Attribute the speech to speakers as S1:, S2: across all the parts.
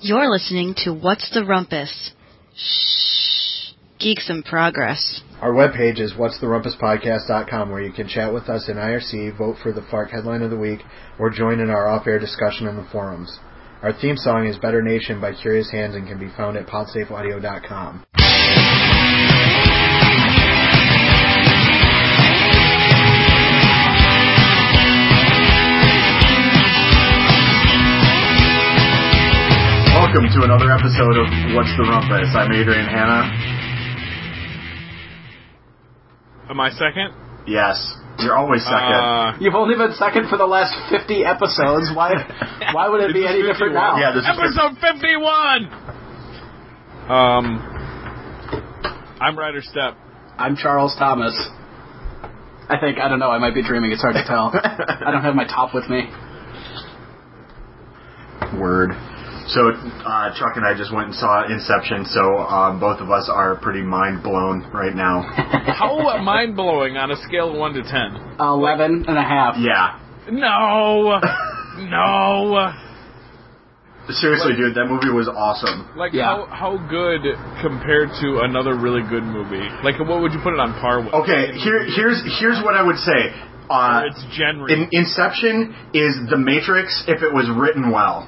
S1: You're listening to What's the Rumpus? Shh. Geeks in Progress.
S2: Our webpage is whatstherumpuspodcast.com where you can chat with us in IRC, vote for the FARC headline of the week, or join in our off-air discussion in the forums. Our theme song is Better Nation by Curious Hands and can be found at podsafeaudio.com. Welcome to another episode of What's the Rumpus. I'm Adrian Hanna.
S3: Am I second?
S2: Yes, you're always second.
S3: Uh,
S4: You've only been second for the last 50 episodes. Why why would it be
S3: Is this
S4: any
S3: 50
S4: different
S3: one?
S4: now?
S2: yeah, this is
S3: episode 51! Um, I'm Ryder Step.
S4: I'm Charles Thomas. I think I don't know. I might be dreaming. It's hard to tell. I don't have my top with me.
S2: Word. So uh, Chuck and I just went and saw Inception, so um, both of us are pretty mind blown right now.
S3: How mind blowing on a scale of 1 to 10?
S4: Eleven and a half.
S2: yeah.
S3: No! No!
S2: Seriously, dude, that movie was awesome.
S3: Like,
S4: Yeah.
S3: how, how good compared to another really good movie? Like, what would you put it on par with?
S2: Okay, here, here's here's what I would say. Uh,
S3: It's genre.
S2: in, Inception is The Matrix if it was written well.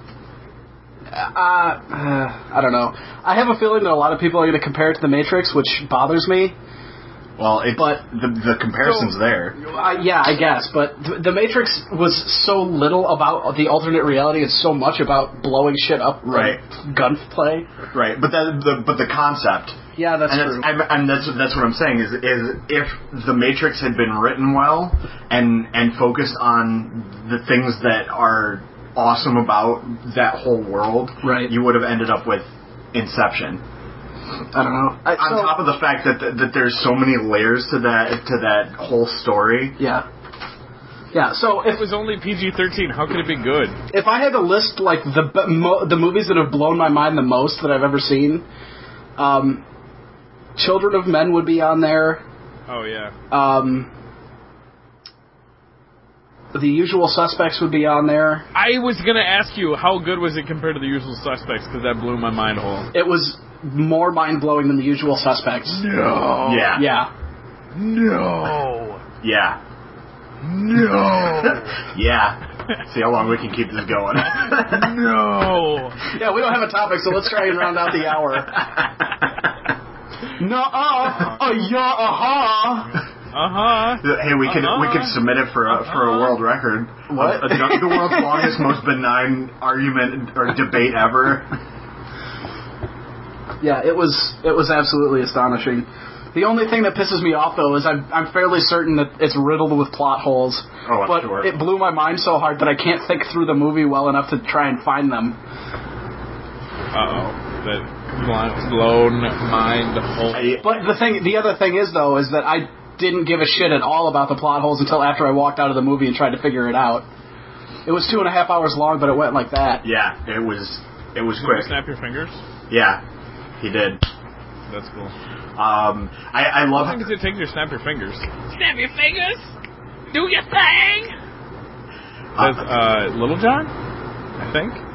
S4: Uh, uh, I don't know. I have a feeling that a lot of people are going to compare it to The Matrix, which bothers me.
S2: Well, it,
S4: But-
S2: the the comparison's
S3: So-
S2: there.
S4: Uh, yeah, I guess. But th- The Matrix was so little about the alternate reality and so much about blowing shit up, and
S2: Right.
S4: Gunplay.
S2: Right, but that the but the concept
S4: Yeah, that's
S2: and
S4: true.
S2: that's, I'm, and that's that's what I'm saying is is if the Matrix had been written well and and focused on the things that are awesome about that whole world,
S4: Right.
S2: You would have ended up with Inception.
S4: I don't know. I,
S2: On
S4: so-
S2: top of the fact that th- that there's so many layers to that to that whole story.
S4: Yeah. Yeah, so if
S3: it was only PG 13. How could it be good?
S4: if I had to list like the b- mo- the movies that have blown my mind the most that I've ever seen, um, Children of Men would be on there.
S3: Oh, yeah.
S4: Um, the Usual Suspects would be on there.
S3: I was gonna ask you, how good was it compared to the usual suspects? Because that blew my mind whole.
S4: It was more mind blowing than The Usual Suspects.
S3: No.
S2: Yeah,
S4: Yeah,
S3: No.
S2: yeah,
S3: No.
S2: yeah. See how long we can keep this going.
S3: no.
S4: yeah. We don't have a topic, so let's try and round out the hour. No, uh,
S3: Oh,
S4: uh, yeah, uh-huh.
S3: Uh huh.
S2: Hey, we could we could
S3: Uh-huh.
S2: submit it for a, for a
S3: Uh-huh.
S2: world record.
S4: What?
S2: Of the, the world's longest, most benign argument or debate ever.
S4: Yeah, it was it was absolutely astonishing. The only thing that pisses me off though is I'm I'm fairly certain that it's riddled with plot holes.
S2: Oh, I'm
S4: but
S2: sure.
S4: it blew my mind so hard that I can't think through the movie well enough to try and find them.
S3: Uh oh. That bl- blown mind whole.
S2: I-
S4: But the thing the other thing is though is that I didn't give a shit at all about the plot holes until after I walked out of the movie and tried to figure it out. It was two and a half hours long, but it went like that.
S2: yeah, it was it was
S3: Did you
S2: quick.
S3: Snap your fingers.
S2: Yeah, he did.
S3: That's cool.
S2: Um, I, I love.
S3: How long does it take you to snap your fingers?
S5: Snap your fingers. Do your thing.
S3: Says uh, Little John, I think.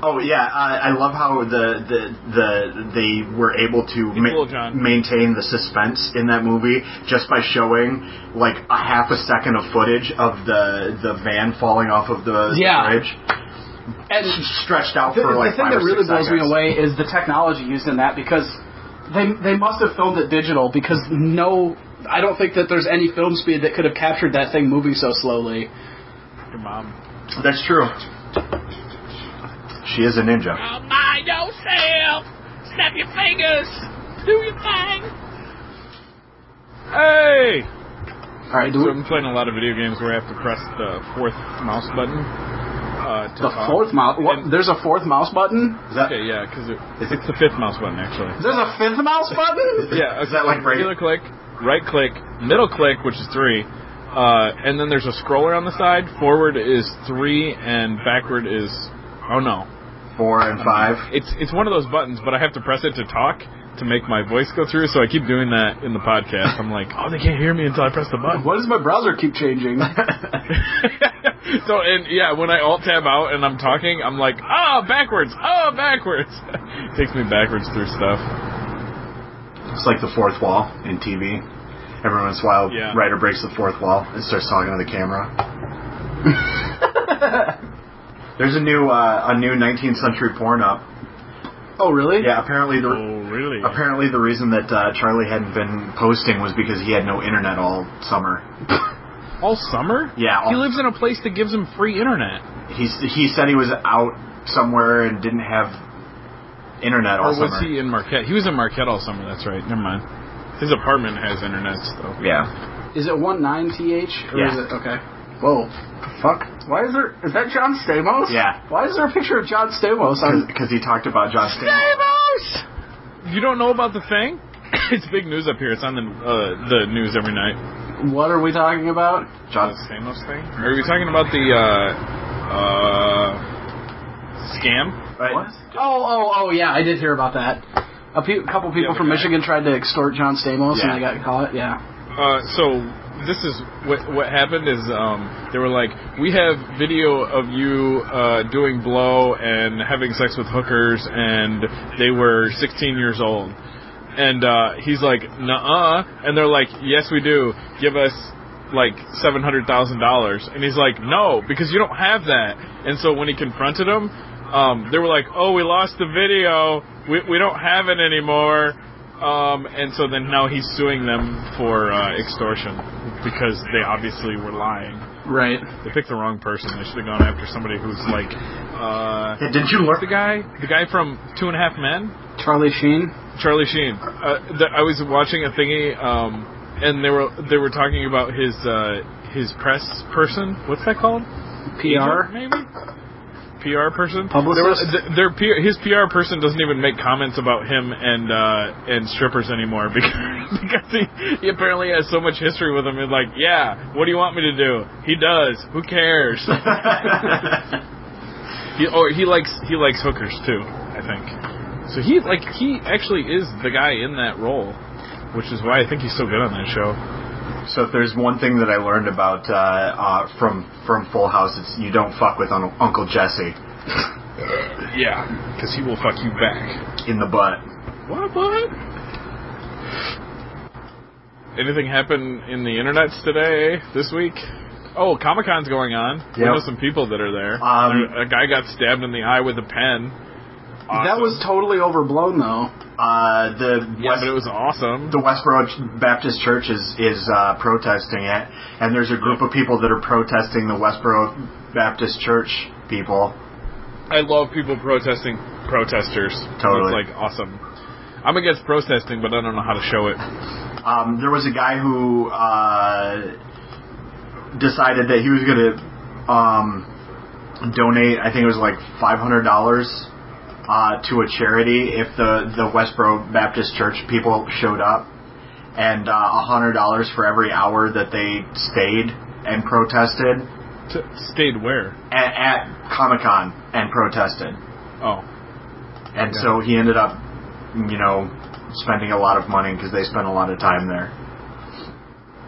S2: Oh yeah, I, I love how the, the the they were able to
S3: cool, John.
S2: maintain the suspense in that movie just by showing like a half a second of footage of the the van falling off of the
S4: Yeah.
S2: bridge,
S4: And
S2: stretched out
S4: The,
S2: for
S4: the
S2: like
S4: thing
S2: five or
S4: that really
S2: six
S4: blows me
S2: seconds.
S4: away is the technology used in that because they they must have filmed it digital because no, I don't think that there's any film speed that could have captured that thing moving so slowly.
S3: Your mom.
S2: That's true. She is a ninja.
S5: Oh, mind yourself. Snap your fingers. Do your thing.
S3: Hey.
S4: All right, do
S3: So
S4: we,
S3: I'm playing a lot of video games where I have to press the fourth mouse button. Uh, to
S4: the
S3: talk.
S4: fourth mouse. What,
S3: And-
S4: there's a fourth mouse button.
S2: Is that,
S3: Okay, yeah, because
S2: Is it-
S3: it, it's the fifth mouse button actually.
S4: There's a fifth mouse button.
S3: Yeah,
S2: Is that like right-
S3: regular click, right click, middle click, which is three, uh, and then there's a scroller on the side. Forward is three, and backward is oh no,
S2: four and five.
S3: it's it's one of those buttons, but I have to press it to talk, to make my voice go through, so I keep doing that in the podcast. I'm like, oh, they can't hear me until I press the button.
S4: Why does my browser keep changing?
S3: so and yeah, when I alt tab out and I'm talking, I'm like, ah, backwards, ah, backwards. Takes me backwards through stuff.
S2: It's like the fourth wall in TV. Every once in a while,
S3: Yeah.
S2: writer breaks the fourth wall and starts talking to the camera. There's a new uh, a new 19th century porn up.
S4: oh, really?
S2: Yeah, apparently the
S3: Oh, really?
S2: apparently the reason that uh, Charlie hadn't been posting was because he had no internet all summer.
S3: All summer?
S2: Yeah, all-
S3: he lives in a place that gives him free internet.
S2: He he said he was out somewhere and didn't have internet all
S3: or was
S2: summer.
S3: he in Marquette? He was in Marquette all summer. That's right. Never mind. His apartment has internet though.
S2: Yeah.
S4: Is it one nine th? Or
S2: Yeah.
S4: Is it, okay.
S2: Whoa. Fuck.
S4: Why is there? Is that John Stamos?
S2: Yeah.
S4: Why is there a picture of John Stamos on?
S2: Um, Because he talked about John Stamos.
S3: You don't know about the thing? it's big news up here. It's on the uh, the news every night.
S4: What are we talking about?
S2: John.
S3: Stamos thing? Are we talking about the uh, uh, scam?
S2: Right.
S4: Oh, oh, oh, yeah, I did hear about that. A pe- couple people
S3: the
S4: from
S3: guy.
S4: Michigan tried to extort John Stamos
S2: Yeah.
S4: and they got caught. Yeah.
S3: Uh, so this is what what happened is um, they were like, we have video of you uh, doing blow and having sex with hookers, and they were 16 years old. And uh, he's like, nuh-uh. And they're like, yes, we do. Give us like seven hundred thousand dollars. And he's like, no, because you don't have that. And so when he confronted him, um, they were like, oh, we lost the video. We we don't have it anymore. Um, and so then now he's suing them for uh, extortion because they obviously were lying.
S4: Right.
S3: They picked the wrong person. They should have gone after somebody who's like, uh,
S2: Yeah, did you learn?
S3: the guy, the guy from Two and a Half Men.
S4: Charlie Sheen.
S3: Charlie Sheen. Uh, th- I was watching a thingy, um, and they were they were talking about his uh, his press person. What's that called?
S4: PR.
S3: Agent, maybe. PR person.
S4: Publicist?
S3: There was- th- their PR, his PR person doesn't even make comments about him and uh, and strippers anymore because because he, he apparently has so much history with them. He's like, yeah, what do you want me to do? He does. Who cares? he, or he likes he likes hookers too. I think. So he like he actually is the guy in that role, which is why I think he's so good on that show.
S2: So if there's one thing that I learned about uh, uh, from from Full House, it's you don't fuck with un- Uncle Jesse
S3: Yeah, because he will fuck you back.
S2: in the butt.
S3: What? What? Anything happen in the internets today this week? Oh, Comic Con's going on. We
S2: Yep.
S3: know some people that are there.
S2: Um,
S3: a, a guy got stabbed in the eye with a pen.
S4: That
S3: Awesome.
S4: was totally overblown though.
S2: Uh, the
S3: yeah,
S2: West,
S3: but it was awesome.
S2: the Westboro Ch- Baptist Church is is uh, protesting it, and there's a group of people that are protesting the Westboro Baptist Church people.
S3: I love people protesting protesters.
S2: Totally.
S3: It's like awesome. I'm against protesting, but I don't know how to show it.
S2: Um, there was a guy who uh, decided that he was going to um, donate. I think it was like five hundred dollars uh, to a charity if the the Westboro Baptist Church people showed up, and uh, a hundred dollars for every hour that they stayed and protested
S3: T- stayed where?
S2: at, at Comic Con and protested.
S3: Oh,
S2: And so he ended up, you know, spending a lot of money because they spent a lot of time there.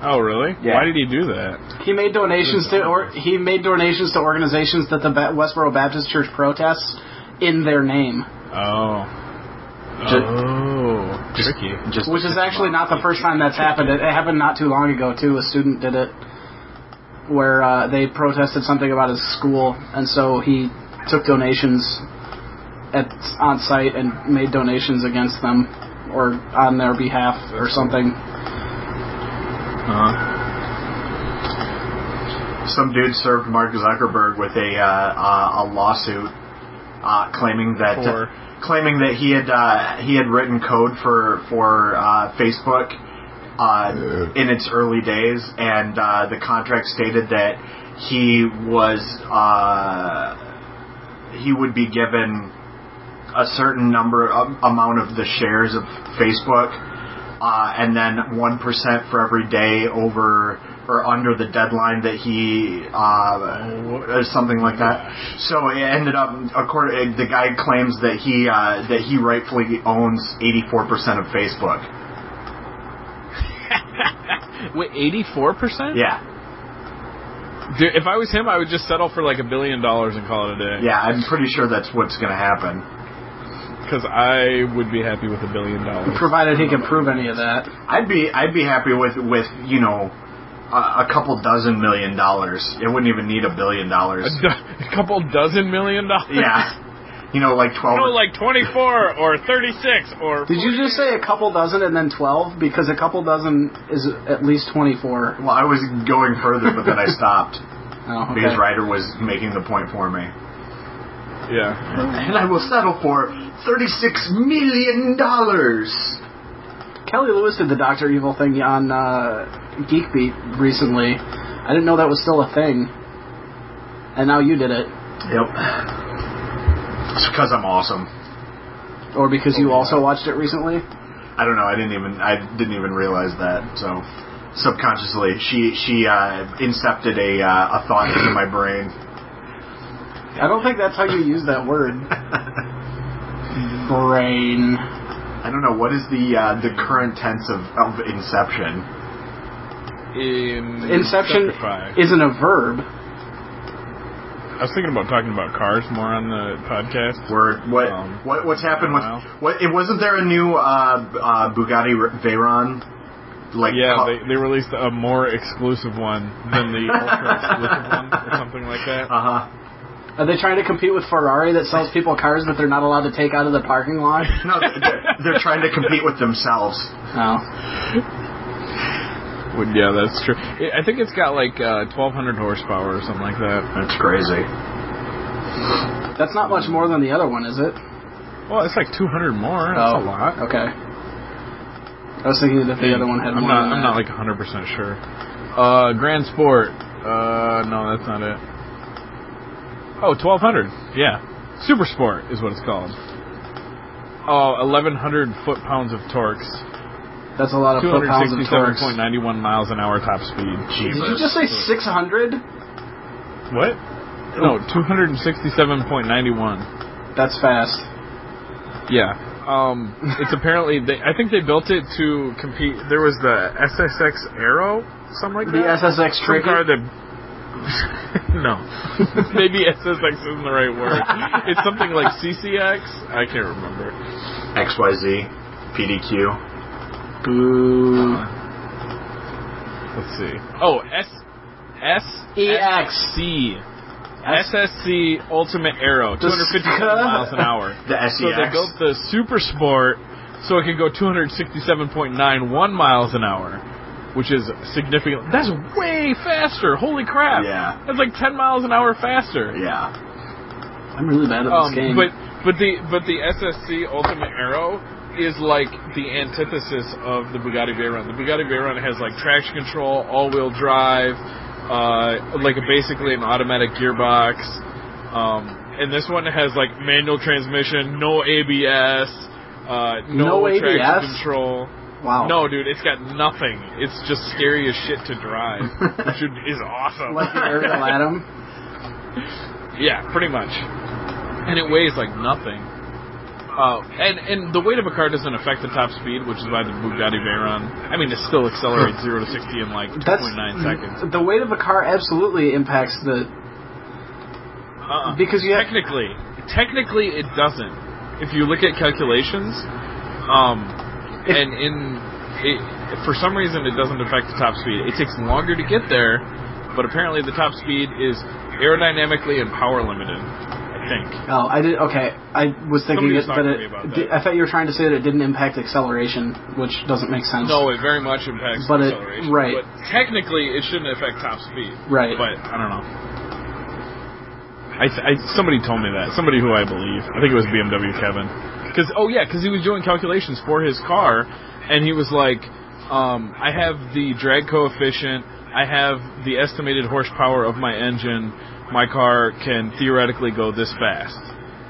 S3: oh, really?
S2: Yeah.
S3: Why did he do that?
S4: He made donations to or he made donations to organizations that the ba- Westboro Baptist Church protests in their name,
S3: Oh,
S2: Ju-
S3: oh, tricky.
S2: Just
S4: which is actually not the first time that's happened. It, it happened not too long ago too. A student did it where uh, they protested something about his school, and so he took donations at on site and made donations against them or on their behalf or something.
S3: Uh-huh.
S2: some dude served Mark Zuckerberg with a uh, uh, a lawsuit uh, claiming that
S3: For-
S2: claiming that he had uh, he had written code for for uh, Facebook uh, in its early days, and uh, the contract stated that he was uh, he would be um, given a certain number a, amount of the shares of Facebook. uh, and then one percent for every day over or under the deadline that he uh, or something like that. So it ended up, according the guy claims that he uh, that he rightfully owns eighty four percent of Facebook.
S3: Wait, eighty-four percent?
S2: Yeah.
S3: Dude, if I was him, I would just settle for like a billion dollars and call it a day.
S2: Yeah, I'm pretty sure that's what's going to happen.
S3: Because I would be happy with a billion dollars.
S4: Provided he can prove any of that.
S2: I'd be I'd be happy with with you know a, a couple dozen million dollars. It wouldn't even need a billion
S3: A,
S2: dollars.
S3: do- a couple dozen million dollars.
S2: yeah, you know, like twelve.
S3: No, like twenty-four or thirty-six or.
S4: Did you just say a couple dozen and then 12? Because a couple dozen is at least 24.
S2: well, I was going further, but then I stopped
S4: Oh, okay.
S2: because Ryder was making the point for me.
S3: Yeah.
S2: And I will settle for thirty-six million dollars.
S4: Kelly Lewis did the Doctor Evil thing on uh, Geek Beat recently. I didn't know that was still a thing, and now you did it,
S2: Yep. It's because I'm awesome.
S4: or because you also watched it recently.
S2: I don't know. I didn't even I didn't even realize that. So subconsciously, she she uh, incepted a uh, a thought into my brain.
S4: I don't think that's how you use that word. Brain.
S2: I don't know what is the uh, the current tense of, of inception.
S3: In
S4: Inception
S3: Inceptify.
S4: isn't a verb.
S3: I was thinking about talking about cars more on the podcast.
S2: Where what
S3: Um,
S2: what what's happened with
S3: wow.
S2: what? It wasn't there a new uh, uh, Bugatti Veyron? Like
S3: Yeah,
S2: co-
S3: they, they released a more exclusive one than the ultra exclusive one or something like that.
S2: uh-huh.
S4: Are they trying to compete with Ferrari that sells people cars that they're not allowed to take out of the parking lot?
S2: No, they're, they're trying to compete with themselves.
S4: No.
S3: Well, yeah, that's true. It, I think it's got like uh, 1,200 horsepower or something like that.
S2: That's crazy.
S4: That's not much more than the other one, is it?
S3: Well, it's like 200 more. That's a lot.
S4: Oh. Okay. I was thinking that the other one had
S3: I'm
S4: more
S3: not.
S4: than
S3: I'm not
S4: that.
S3: like 100 percent sure. Uh, Grand Sport. Uh, no, that's not it. Oh, 1200. Yeah, Super Sport is what it's called. Oh, 1100 foot pounds of torques,
S4: That's a lot of foot pounds of torques.
S3: 267.91 miles an hour top speed.
S4: Did
S2: Jesus.
S4: you just say 600?
S3: What? No, 267.91.
S4: That's fast.
S3: Yeah. Um, it's apparently they. I think they built it to compete. There was the SSX Arrow, something like
S4: The
S3: that.
S4: SSX
S3: Some
S4: tricky.
S3: car that. no, maybe SSX isn't the right word. It's something like CCX. I can't remember.
S2: XYZ, PDQ.
S4: Boo.
S3: Let's see. Oh, S S
S2: E
S4: EX.
S3: C SSC Ultimate Arrow, 257 miles an hour.
S2: The E SEX.
S3: So they built the Super Sport so it could go 267.91 miles an hour, which is significant. That's way faster. Holy crap.
S2: Yeah.
S3: That's like 10 miles an hour faster.
S2: yeah.
S4: I'm really bad at
S3: Um,
S4: this game.
S3: but but the but the SSC Ultimate Arrow is like the antithesis of the Bugatti Veyron. The Bugatti Veyron has like traction control, all-wheel drive, uh, like basically an automatic gearbox, um, and this one has like manual transmission, no ABS, uh, no,
S4: No
S3: traction
S4: ABS?
S3: control.
S4: wow.
S3: No, dude, it's got nothing. It's just scary as shit to drive, which is awesome.
S4: Like the Ariel Atom.
S3: Yeah, pretty much. And it weighs like nothing. Uh, and and the weight of a car doesn't affect the top speed, which is why the Bugatti Veyron. I mean, it still accelerates zero to sixty in like two
S4: That's
S3: point nine seconds.
S4: The weight of a car absolutely impacts the.
S3: Uh-uh.
S4: Because you have-
S3: technically, technically it doesn't. If you look at calculations, um,
S4: If-
S3: and in it, for some reason it doesn't affect the top speed. It takes longer to get there, but apparently the top speed is aerodynamically and power limited. I think.
S4: Oh, I did. Okay, I was thinking
S3: Somebody
S4: it,
S3: was
S4: but
S3: talking to
S4: it,
S3: me about
S4: di-
S3: that.
S4: I thought you were trying to say that it didn't impact acceleration, which doesn't make sense.
S3: No, it very much impacts
S4: But it-
S3: acceleration.
S4: right.
S3: But technically, it shouldn't affect top speed.
S4: Right.
S3: But I don't know. I, th- I somebody told me that. Somebody who I believe. I think it was BMW Kevin. Because oh yeah, because he was doing calculations for his car, and he was like, um, I have the drag coefficient. I have the estimated horsepower of my engine. My car can theoretically go this fast.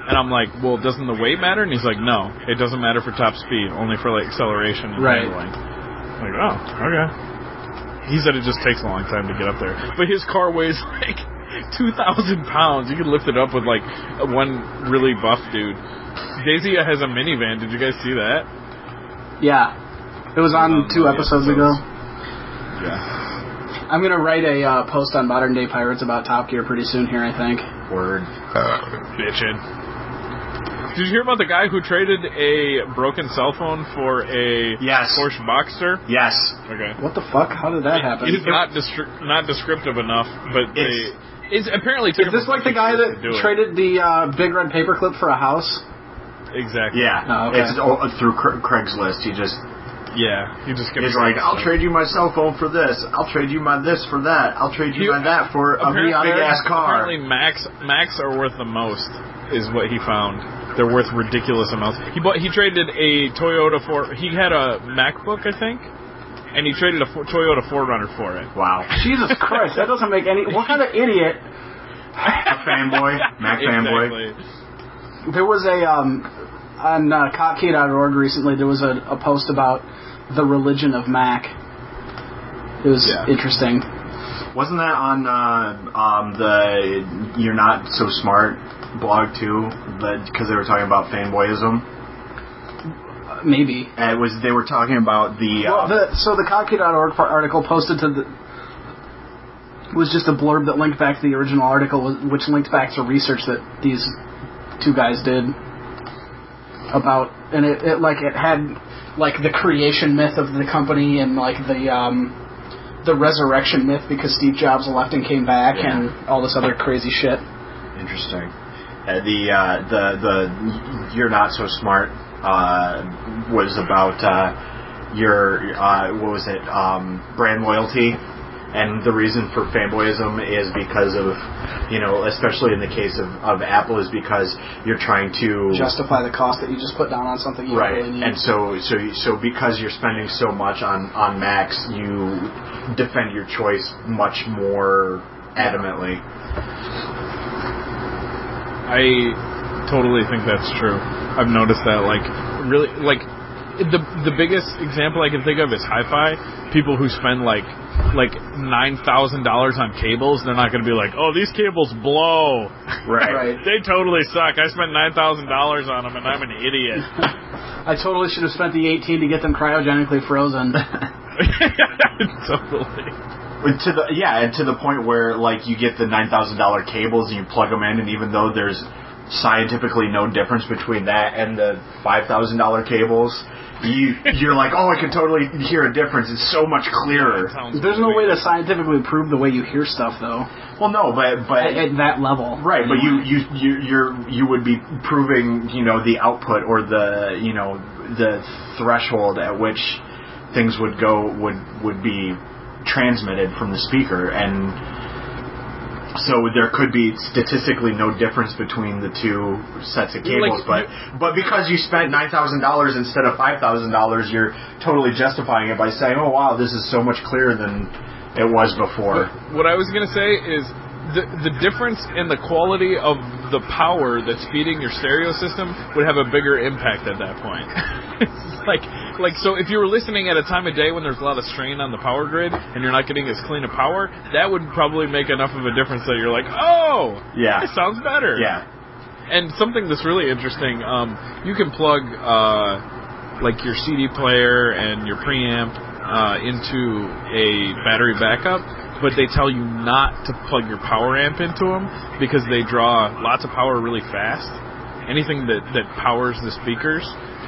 S3: And I'm like, well, doesn't the weight matter? And he's like, no, it doesn't matter for top speed, only for like acceleration and
S4: Right.
S3: handling. I'm like, oh, okay. He said it just takes a long time to get up there, but his car weighs like two thousand pounds. You can lift it up with like one really buff dude. Daisy has a minivan. Did you guys see that?
S4: Yeah, it was
S3: Um,
S4: on two
S3: yeah,
S4: episodes ago.
S3: episodes. Yeah.
S4: I'm gonna write a uh, post on modern day pirates about Top Gear pretty soon here. I think.
S2: Word.
S4: Uh,
S3: Bitchin'. Did you hear about the guy who traded a broken cell phone for a
S2: Yes.
S3: Porsche Boxster?
S2: Yes.
S3: Okay.
S4: What the fuck? How did that happen?
S3: It's not destri- not descriptive enough,
S2: It's-
S3: but they it's apparently took
S4: Is
S3: him
S4: this
S3: a
S4: like the
S3: bunch
S4: guy
S3: of years to
S4: that
S3: do it.
S4: traded the uh, big red paperclip for a house?
S3: exactly
S2: Yeah.
S4: Oh, okay.
S2: It's all, through Cra- Craigslist. He just
S3: yeah he just
S2: he's like, I'll
S3: trade.
S2: trade you my cell phone for this. I'll trade you my this for that. I'll trade you
S3: You-
S2: my that for a
S3: Apparently-
S2: big ass car.
S3: Apparently, Max Max are worth the most, is what he found. They're worth ridiculous amounts. He bought he traded a Toyota for he had a MacBook I think, and he traded a Fo- Toyota 4Runner for it.
S2: Wow.
S4: Jesus Christ, that doesn't make any. What kind of idiot?
S2: fanboy, Mac fanboy.
S3: Exactly.
S4: There was a um, on uh, cotkey.org recently. There was a, a post about the religion of Mac. It was
S3: Yeah.
S4: interesting.
S2: Wasn't that on uh, um, the You're Not So Smart blog too? Because they were talking about fanboyism.
S4: Uh, maybe.
S2: And it was they were talking about the.
S4: Well,
S2: uh,
S4: the, so the cotkey.org par- article posted to the was just a blurb that linked back to the original article, wh- which linked back to research that these two guys did about, and it, it like it had like the creation myth of the company and like the um, the resurrection myth because Steve Jobs left and came back
S2: Yeah.
S4: and all this other crazy shit.
S2: Interesting. Uh, the uh, the the you're not so smart uh, was about uh, your uh, what was it um, brand loyalty, and the reason for fanboyism is because of you know especially in the case of, of Apple is because you're trying to
S4: Justify the cost that you just put down on something you
S2: right
S4: don't really
S2: and
S4: need.
S2: so so so because you're spending so much on on Macs you defend your choice much more adamantly.
S3: I totally think that's true. I've noticed that, like, really, like, the the biggest example I can think of is hi-fi. People who spend like like nine thousand dollars on cables, they're not going to be like, oh, these cables blow.
S4: Right.
S3: They totally suck. I spent nine thousand dollars on them, and I'm an idiot.
S4: I totally should have spent the 18 to get them cryogenically frozen.
S3: totally.
S2: Well, to the yeah, and to the point where like you get the nine thousand dollar cables and you plug them in, and even though there's scientifically no difference between that and the five thousand dollar cables, you you're like, oh, I can totally hear a difference. It's so much clearer.
S3: Sounds
S4: There's no way
S3: weird.
S4: to scientifically prove the way you hear stuff, though,
S2: Well, no, but but.
S4: at, at that level.
S2: Right, but you you you you're, you would be proving you know the output or the you know the threshold at which things would go would would be transmitted from the speaker, and so there could be statistically no difference between the two sets of
S3: You're
S2: cables.
S3: like-
S2: but but because you spent nine thousand dollars instead of five thousand dollars, you're totally justifying it by saying, oh wow, this is so much clearer than it was before.
S3: What I was gonna say is the the difference in the quality of the power that's feeding your stereo system would have a bigger impact at that point. It's like like so if you were listening at a time of day when there's a lot of strain on the power grid and you're not getting as clean a power, that would probably make enough of a difference that you're like, oh,
S2: Yeah.
S3: it sounds better.
S2: Yeah.
S3: And something that's really interesting, um, you can plug uh, like your CD player and your preamp uh, into a battery backup, but they tell you not to plug your power amp into them because they draw lots of power really fast. Anything that that powers the speakers,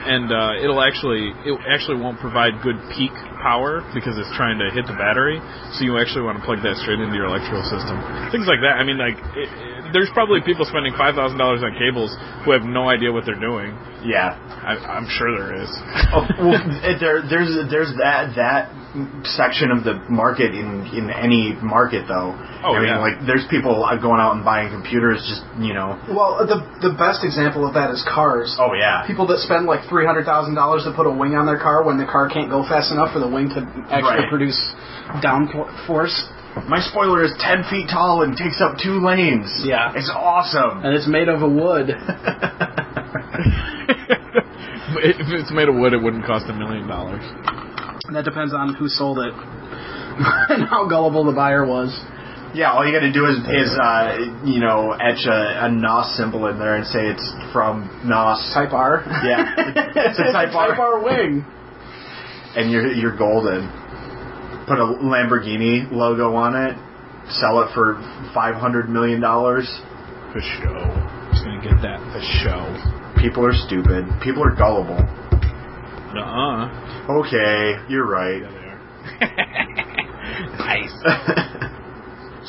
S3: and uh, it'll actually it actually won't provide good peak power because it's trying to hit the battery. So you actually want to plug that straight into your electrical system. Things like that. I mean, like it, it, there's probably people spending five thousand dollars on cables who have no idea what they're doing.
S2: Yeah.
S3: I, I'm sure there is.
S2: Oh, well, eh, there, there's there's that that section of the market in in any market though.
S3: Oh,
S2: I mean,
S3: yeah.
S2: like there's people uh, going out and buying computers just you know.
S4: Well, the the best example of that is cars.
S2: Oh yeah.
S4: People that spend like three hundred thousand dollars to put a wing on their car when the car can't go fast enough for the wing to
S2: Right.
S4: actually produce downforce.
S2: My spoiler is ten feet tall and takes up two lanes.
S4: Yeah.
S2: it's awesome.
S4: and it's made of a wood.
S3: if it's made of wood, it wouldn't cost a million dollars.
S4: That depends on who sold it and how gullible the buyer was.
S2: yeah, all you got to do is, is uh, you know, etch a, a Nos symbol in there and say it's from Nos.
S4: Type R.
S2: Yeah, it's a Type R.
S4: Type R wing.
S2: and you're you're golden. Put a Lamborghini logo on it, sell it for five hundred million dollars.
S3: For show. Just gonna get that for show.
S2: People are stupid. People are gullible.
S3: Nuh-uh.
S2: Okay, you're right.
S3: Yeah, they are.
S5: Nice.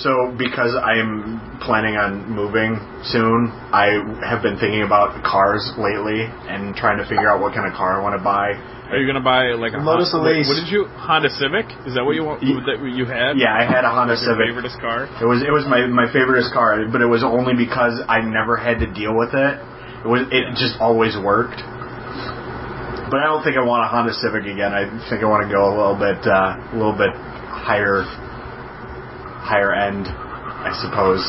S2: so because I'm planning on moving soon, I have been thinking about cars lately and trying to figure out what kind of car I want to buy.
S3: Are you gonna buy like a
S2: Lotus
S3: Honda, wait,
S2: Elise.
S3: What did you Honda Civic? Is that what you want?
S2: Ye-
S3: That you had?
S2: Yeah, I had a Honda
S3: Your
S2: Civic.
S3: favoriteest car.
S2: It was it was my my favoriteest car, but it was only because I never had to deal with it. It was it just always worked. But I don't think I want a Honda Civic again. I think I want to go a little bit uh, a little bit higher higher end, I suppose.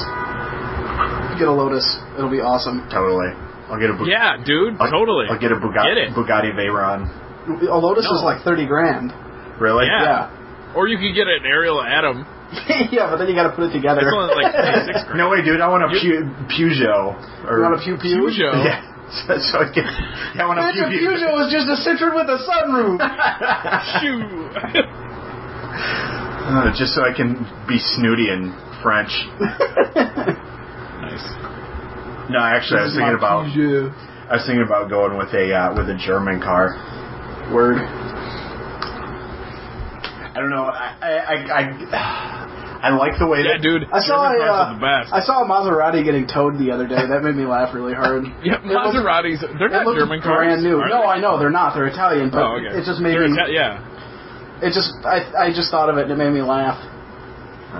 S4: Get a Lotus. It'll be awesome.
S2: Totally. I'll get a Bu-
S3: Yeah, dude.
S2: I'll-
S3: totally.
S2: I'll get a Bugatti
S3: Get it.
S2: Bugatti Veyron.
S4: A Lotus is
S3: No.
S4: like thirty grand.
S2: Really?
S3: Yeah.
S4: Yeah.
S3: Or you could get an Ariel Atom.
S4: yeah, but then you got to put it together.
S3: It's only like six grand.
S2: No way, dude. I want a
S3: You-
S2: Pu- Peugeot. Or,
S4: you want a Pew Pew?
S3: Peugeot.
S2: Yeah. So, so I, can, I want a
S4: Bitch, a Peugeot is just a Citroen with a sunroof.
S3: Shoo.
S2: Uh, just so I can be snooty in French.
S3: nice.
S2: No, actually, I was thinking about
S4: Peugeot.
S2: I was thinking about going with a uh, with a German car.
S4: Word.
S2: I don't know. I I I, I, I like the way
S3: Yeah,
S2: that
S3: dude.
S4: I saw
S3: German cars
S4: a,
S3: are
S4: uh,
S3: the best.
S4: I saw a Maserati getting towed the other day. That made me laugh really hard.
S3: yeah,
S4: It looked-
S3: Maseratis. They're
S4: It
S3: not
S4: looked
S3: German cars.
S4: brand new.
S3: are
S4: No,
S3: they?
S4: I know they're not. They're Italian, but
S3: Oh, okay.
S4: it just made
S3: They're
S4: me.
S3: Ita- yeah.
S4: It just I I just thought of it and it made me laugh.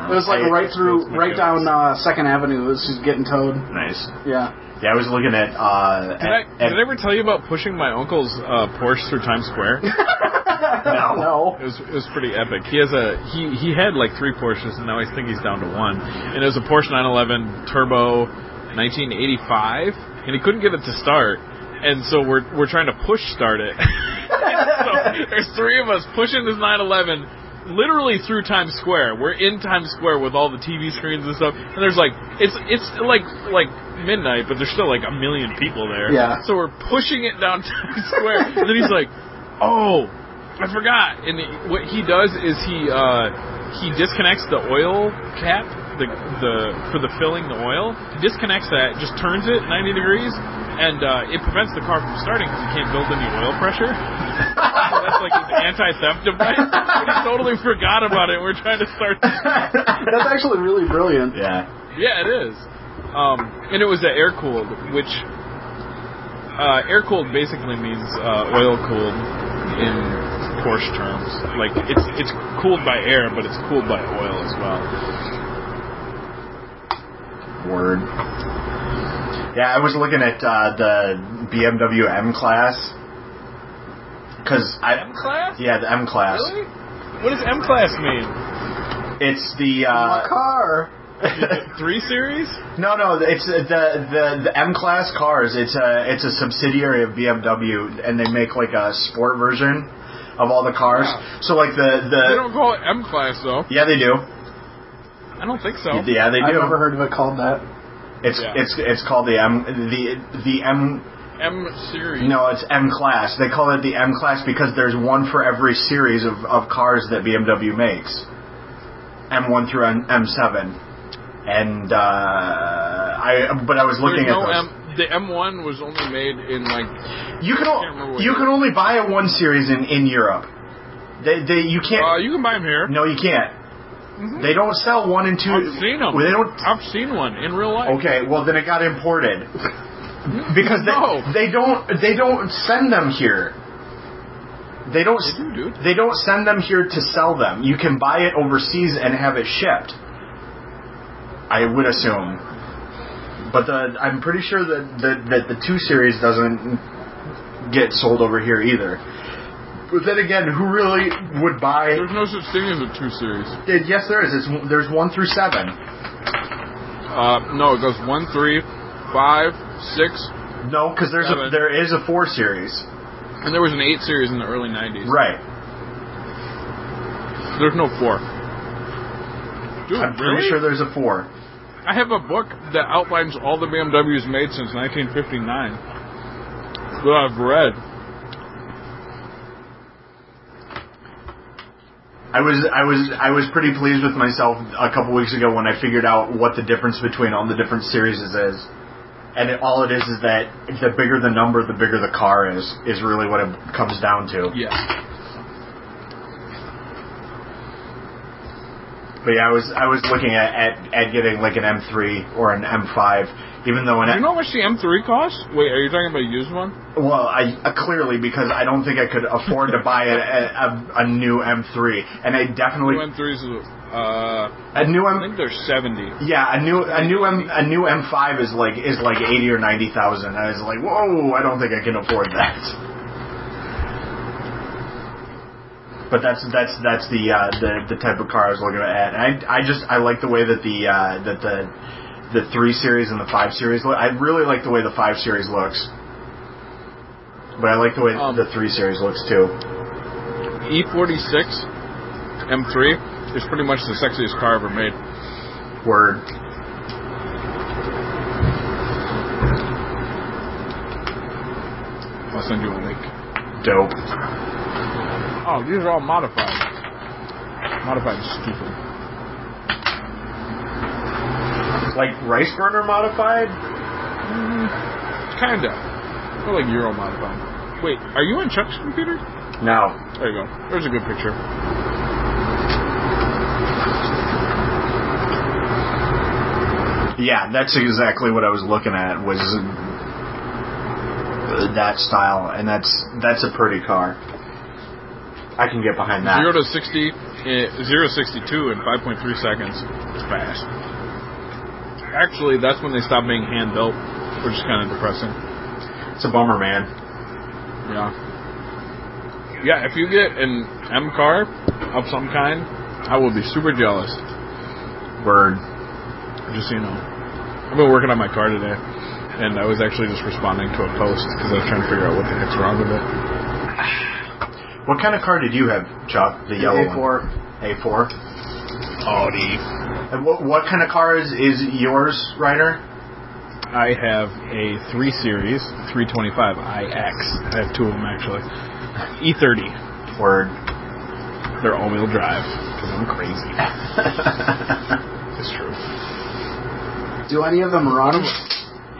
S4: It was like
S2: I-
S4: right
S3: it's
S4: through,
S3: my
S4: right down uh, Second Avenue. It was just getting towed.
S2: Nice.
S4: Yeah.
S2: Yeah, I was looking at. Uh,
S3: Did I,
S2: at,
S3: did I ever tell you about pushing my uncle's uh, Porsche through Times Square?
S2: no.
S4: No.
S3: It was, it was pretty epic. He has a he he had like three Porsches, and now I think he's down to one. And it was a Porsche 911 Turbo, 1985, and he couldn't get it to start. And so we're we're trying to push start it. so there's three of us pushing this 911, literally through Times Square. We're in Times Square with all the TV screens and stuff. And there's like it's it's like like midnight, but there's still like a million people there.
S4: Yeah.
S3: So we're pushing it down Times Square, and then he's like, "Oh, I forgot." And he, what he does is he uh, he disconnects the oil cap, the the for the filling the oil. He disconnects that, just turns it 90 degrees, and uh, it prevents the car from starting because he can't build any oil pressure. so that's like his anti-theft device. But he totally forgot about it. We're trying to start.
S4: That's actually really brilliant.
S2: Yeah.
S3: Yeah, it is. Um, and it was uh, air cooled, which uh, air cooled basically means uh, oil cooled in Porsche terms. Like it's it's cooled by air, but it's cooled by oil as well.
S2: Word. Yeah, I was looking at uh, the BMW M class because I.
S3: M class?
S2: Yeah, the M class.
S3: Really? What does M class mean?
S2: It's the uh,
S4: Oh, My car.
S3: Three series?
S2: No, no, it's uh, the the the M class cars. It's a it's a subsidiary of BMW, and they make like a sport version of all the cars. So like the the
S3: They don't call it M class though.
S2: yeah they do
S3: I don't think so.
S2: yeah they
S4: I've
S2: do.
S4: never heard of it called that.
S2: It's
S3: Yeah.
S2: it's it's called the M the the M
S3: M series.
S2: no it's M class. They call it the M class because there's one for every series of of cars that BMW makes. M one through M M7, and uh, I but I was looking
S3: There's no
S2: at those.
S3: M. The M1 was only made in like
S2: You can
S3: can't remember
S2: o-
S3: what
S2: you
S3: year.
S2: can only buy a one series in in Europe. They, they you
S3: Uh,
S2: can't.
S3: you can buy them here.
S2: no, you can't. They don't sell one and 2
S3: I've seen them.
S2: Well, they don't.
S3: I've seen one in real life.
S2: Okay, well then it got imported because they,
S3: No.
S2: they don't they don't send them here. They don't s-
S3: They do, dude.
S2: they don't send them here to sell them. You can buy it overseas and have it shipped. I would assume, but the I'm pretty sure that the that the two series doesn't get sold over here either. But then again, who really would buy?
S3: There's no such thing as a two series.
S2: Yes, there is. It's, there's one through seven.
S3: Uh, no, it goes one, three, five, six,
S2: No, because there's a,
S3: Seven.
S2: there is a four series.
S3: and there was an eight series in the early '90s.
S2: Right.
S3: There's no four. Dude,
S2: I'm
S3: really?
S2: pretty sure there's a four.
S3: I have a book that outlines all the BMWs made since 1959 that I've read.
S2: I was I was I was pretty pleased with myself a couple weeks ago when I figured out what the difference between all the different series is, and it, all it is is that the bigger the number, the bigger the car is. Is really what it comes down to.
S3: Yes.
S2: But yeah, I was I was looking at at, at getting like an M3 or an M5, even though an
S3: Do you know how much the M3 costs? Wait, are you talking about a used one?
S2: Well, I uh, clearly because I don't think I could afford to buy a, a, a, a new M3, and I definitely
S3: New M3s, uh,
S2: a new
S3: I
S2: M.
S3: think they're 70.
S2: Yeah, a new a new M a new M5 is like is like eighty or ninety thousand. I was like, whoa, I don't think I can afford that. But that's that's that's the uh, the the type of car I was looking at. And I I just I like the way that the uh, that the the three series and the five series look. I really like the way the five series looks. But I like the way
S3: Um,
S2: the three series looks too.
S3: E E46 M3 is pretty much the sexiest car ever made.
S2: Word.
S3: I'll send you a link.
S2: Dope.
S3: Oh, these are all modified. Modified is stupid.
S2: Like rice burner modified?
S3: Kinda. They're like Euro modified. Wait, are you on Chuck's computer?
S2: No.
S3: There you go. There's a good picture.
S2: Yeah, that's exactly what I was looking at was that style, and that's that's a pretty car. I can get behind that.
S3: Zero to 60, uh, zero to 62 in 5.3 seconds. It's fast. Actually, that's when they stopped being hand built, which is kind of depressing.
S2: It's a bummer, man.
S3: Yeah. Yeah, if you get an M car of some kind, I will be super jealous.
S2: Bird.
S3: Just so you know. I've been working on my car today, and I was actually just responding to a post because I was trying to figure out what the heck's wrong with it.
S2: What kind of car did you have, Chuck? The yellow one.
S4: A4.
S2: A four.
S3: Audi.
S2: And what what kind of car is is yours, Ryder?
S3: I have a 3 Series 325iX. I have two of them actually. E30.
S2: Word.
S3: They're all wheel drive. Because I'm crazy. It's true.
S4: Do any of them run?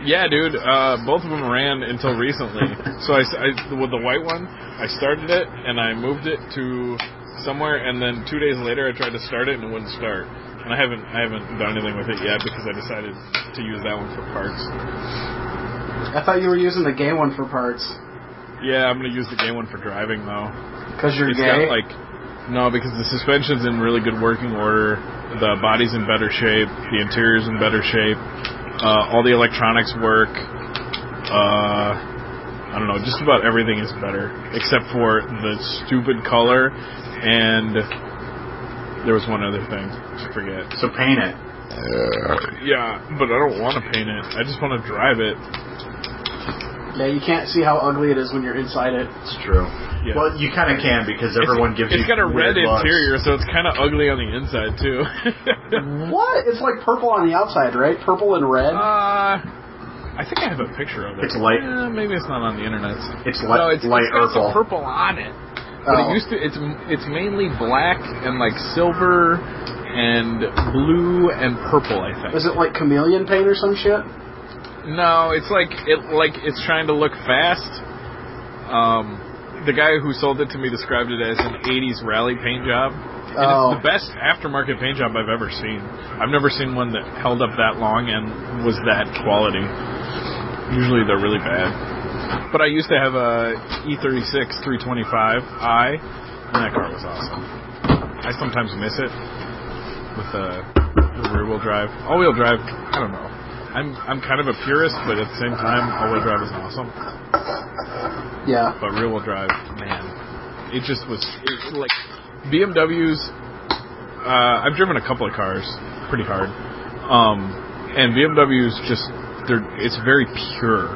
S3: Yeah, dude. Uh, both of them ran until recently. so I, s- I- with the white one, I started it and I moved it to somewhere, and then two days later, I tried to start it and it wouldn't start. And I haven't, I haven't done anything with it yet because I decided to use that one for parts.
S4: I thought you were using the gay one for parts.
S3: Yeah, I'm gonna use the gay one for driving though.
S4: Because you're
S3: It's got
S4: gay?
S3: like, no, because the suspension's in really good working order. The body's in better shape. The interior's in better shape. Uh, all the electronics work. Uh, I don't know, just about everything is better except for the stupid color and there was one other thing. I forget.
S2: so paint it.
S3: Yeah, but I don't want to paint it. I just want to drive it.
S4: yeah, you can't see how ugly it is when you're inside it.
S2: It's true.
S3: Yeah.
S2: Well, you kind of can because
S3: It's-
S2: everyone gives you.
S3: It's got a
S2: weird
S3: red
S2: looks.
S3: interior, so it's kind of ugly on the inside too.
S4: What? It's like purple on the outside, right? Purple and red?
S3: Uh, I think I have a picture of it.
S2: It's light-
S3: Eh, maybe it's not on the internet.
S2: It's li-
S3: no, it's,
S2: light
S3: it's got some
S2: purple.
S3: purple on it. But
S4: Oh.
S3: it used to. It's it's mainly black and like silver and blue and purple. I think.
S4: Is it like chameleon paint or some shit?
S3: No, it's like it like it's trying to look fast. Um, the guy who sold it to me described it as an '80s rally paint job. And
S4: Oh.
S3: it's the best aftermarket paint job I've ever seen. I've never seen one that held up that long and was that quality. Usually they're really bad. But I used to have a E E36 325i, and that car was awesome. I sometimes miss it with uh, the rear wheel drive. All wheel drive, I don't know. I'm I'm kind of a purist, but at the same time, all wheel drive is awesome.
S4: Yeah.
S3: But rear wheel drive, man, It just was it, like BMWs. Uh, I've driven a couple of cars pretty hard, um, and BMWs just they're it's very pure.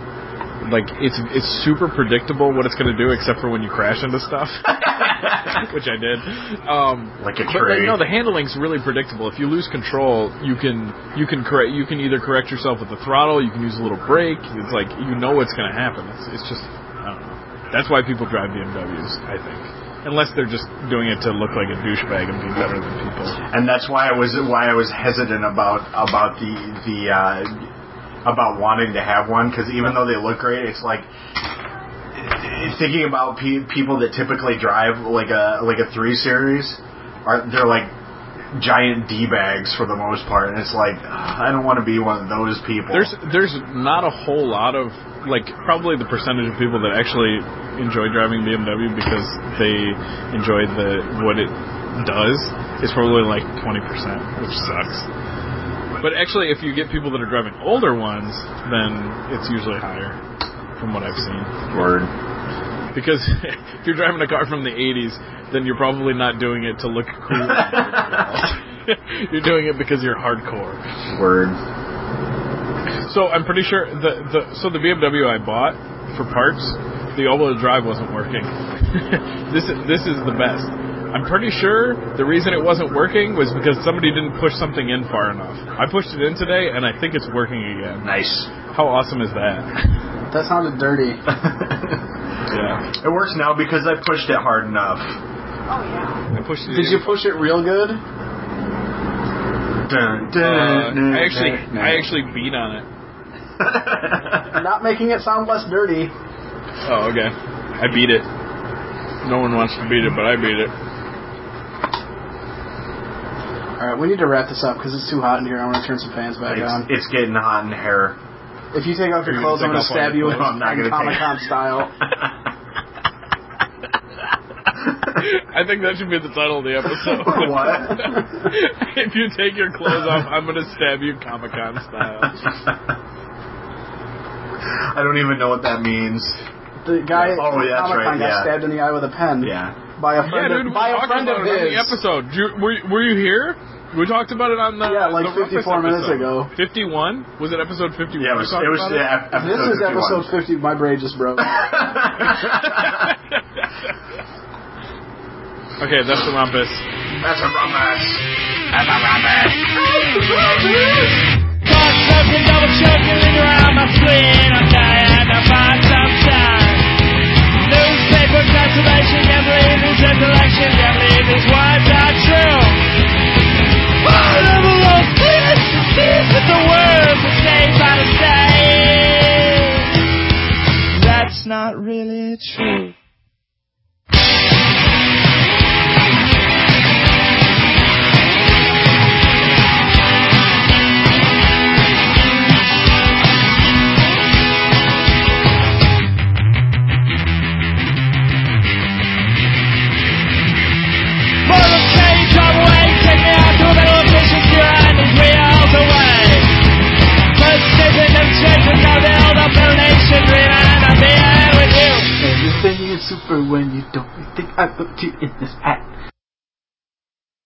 S3: Like it's it's super predictable what it's going to do, except for when you crash into stuff, which I did. Um,
S6: Like a
S3: but
S6: tree.
S3: they- no, the handling's really predictable. If you lose control, you can you can correct you can either correct yourself with the throttle, you can use a little brake. It's like you know what's going to happen. It's, it's just I don't know. That's why people drive BMWs, I think. Unless they're just doing it to look like a douchebag and be better than people.
S2: and that's why I was why I was hesitant about about the the uh, about wanting to have one because even though they look great, it's like thinking about pe- people that typically drive like a like a three series are they're like giant d bags for the most part, and it's like "Ugh, I don't want to be one of those people.
S3: There's there's not a whole lot of like probably the percentage of people that actually enjoy driving BMW because they enjoy the what it does is probably like 20%, which sucks. But actually, if you get people that are driving older ones, then it's usually higher, from what I've seen.
S2: word.
S3: Because if you're driving a car from the 80s, then you're probably not doing it to look cool. you're doing it because you're hardcore.
S2: Word.
S3: So I'm pretty sure the, the so the BMW I bought for parts, the all-wheel drive wasn't working. this is this is the best. I'm pretty sure the reason it wasn't working was because somebody didn't push something in far enough. I pushed it in today, and I think it's working again.
S2: Nice.
S3: How awesome is that?
S4: That sounded dirty.
S3: Yeah,
S2: It works now because I pushed it hard enough.
S3: I pushed it.
S4: Did
S3: in.
S4: you push it real good?
S2: Dun, dun,
S3: Uh,
S2: dun,
S3: I actually
S2: dun,
S3: I actually beat on it.
S2: dun.
S4: Not making it sound less dirty.
S3: Oh okay, I beat it. No one wants to beat it, but I beat it.
S4: All right, we need to wrap this up because it's too hot in here. I want to turn some fans back
S2: It's,
S4: on.
S2: it's getting hot in here.
S4: If you take off your
S3: You're
S4: clothes, I'm
S3: gonna
S4: gonna
S3: take off all your
S4: stab you in
S2: I'm
S3: clothes?
S2: not gonna
S4: Comic
S2: take-
S4: Con style.
S3: I think that should be the title of the episode.
S2: what?
S3: if you take your clothes off, I'm gonna stab you Comic Con style.
S2: I don't even know what that means.
S4: The guy at
S2: Oh, yeah, that's
S4: Comic Con
S2: right,
S4: got
S2: yeah.
S4: stabbed in the eye with a pen.
S2: Yeah.
S4: By a friend
S3: Yeah, dude,
S4: of,
S3: we
S4: by a
S3: talked
S4: friend
S3: about
S4: of
S3: it on
S4: his.
S3: the episode. Did you- were, were you here? We talked about it on the
S4: Yeah, like
S3: the Rumpus
S4: 54 minutes
S3: episode.
S4: ago.
S3: 51 was it episode 51?
S2: Yeah, it was, it was yeah, ep-
S4: This
S2: episode 51.
S4: is episode 50. My brain just broke.
S3: okay, that's the rumpus.
S2: That's a rummass.
S7: That's not really true.
S4: And you feel super when you don't think I put you in this hat.